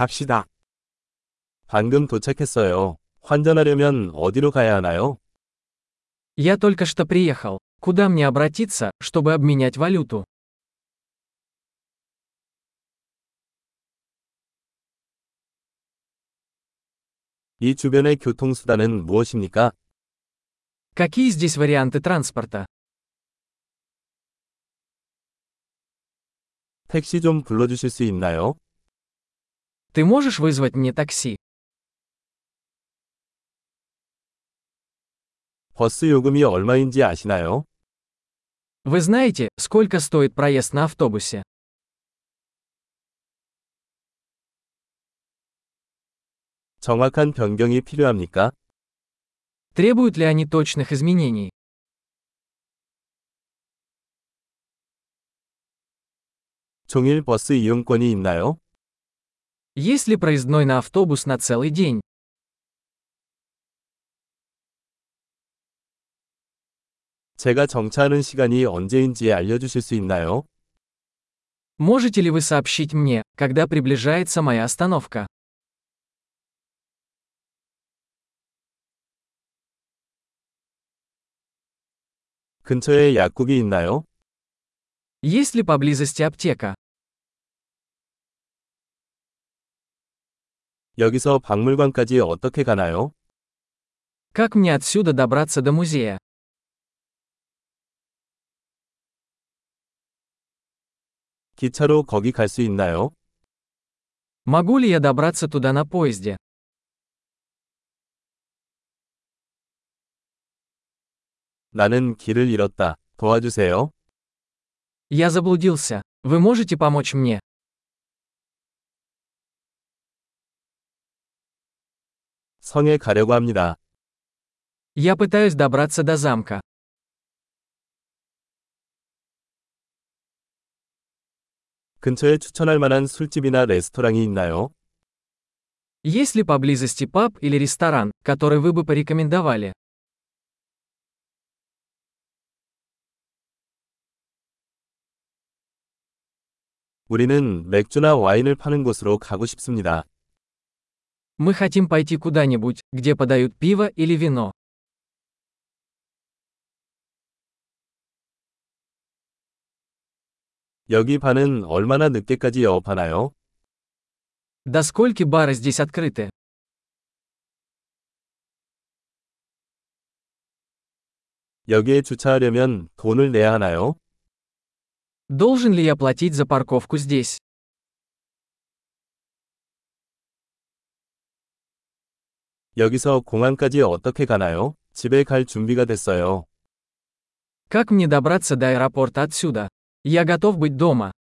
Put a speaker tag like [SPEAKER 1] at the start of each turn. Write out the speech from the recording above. [SPEAKER 1] 갑시다.
[SPEAKER 2] 방금 도착했어요. 환전하려면 어디로 가야 하나요?
[SPEAKER 3] Я только что приехал. Куда мне обратиться, чтобы обменять валюту?
[SPEAKER 2] 이 주변의 교통수단은 무엇입니까?
[SPEAKER 3] Какие здесь варианты транспорта?
[SPEAKER 2] 택시 좀 불러주실 수 있나요?
[SPEAKER 3] Ты можешь вызвать мне такси?
[SPEAKER 2] 버스 요금이 얼마인지 아시나요?
[SPEAKER 3] Вы знаете, сколько стоит проезд на автобусе?
[SPEAKER 2] 정확한 변경이 필요합니까?
[SPEAKER 3] Требуют ли они точных изменений?
[SPEAKER 2] 종일 버스 이용권이 있나요?
[SPEAKER 3] Есть ли проездной на автобус на целый день?
[SPEAKER 2] 제가 정차하는 시간이 언제인지 알려주실 수 있나요?
[SPEAKER 3] Можете ли вы сообщить мне, когда приближается моя остановка?
[SPEAKER 2] 근처에 약국이 있나요?
[SPEAKER 3] Есть ли поблизости аптека?
[SPEAKER 2] 여기서 박물관까지 어떻게 가나요?
[SPEAKER 3] Как мне отсюда добраться до музея?
[SPEAKER 2] 기차로 거기 갈 수 있나요?
[SPEAKER 3] Могу ли я добраться туда на поезде?
[SPEAKER 2] 나는 길을 잃었다. 도와주세요.
[SPEAKER 3] Я заблудился. Вы можете помочь мне?
[SPEAKER 2] 성에 가려고 합니다.
[SPEAKER 3] Я пытаюсь добраться до замка.
[SPEAKER 2] 근처에 추천할 만한 술집이나 레스토랑이 있나요?
[SPEAKER 3] Есть ли поблизости паб или ресторан, который вы бы порекомендовали?
[SPEAKER 2] 우리는 맥주나 와인을 파는 곳으로 가고 싶습니다.
[SPEAKER 3] Мы хотим пойти куда-нибудь, где подают пиво или вино.
[SPEAKER 2] 여기 반은 얼마나 늦게까지 영업하나요?
[SPEAKER 3] До скольки бары здесь открыты?
[SPEAKER 2] 여기에 주차하려면 돈을 내야 하나요?
[SPEAKER 3] Должен ли я платить за парковку здесь?
[SPEAKER 2] 여기서 공항까지 어떻게 가나요? 집에 갈 준비가 됐어요.
[SPEAKER 3] Как мне добраться до аэропорта отсюда? Я готов быть дома.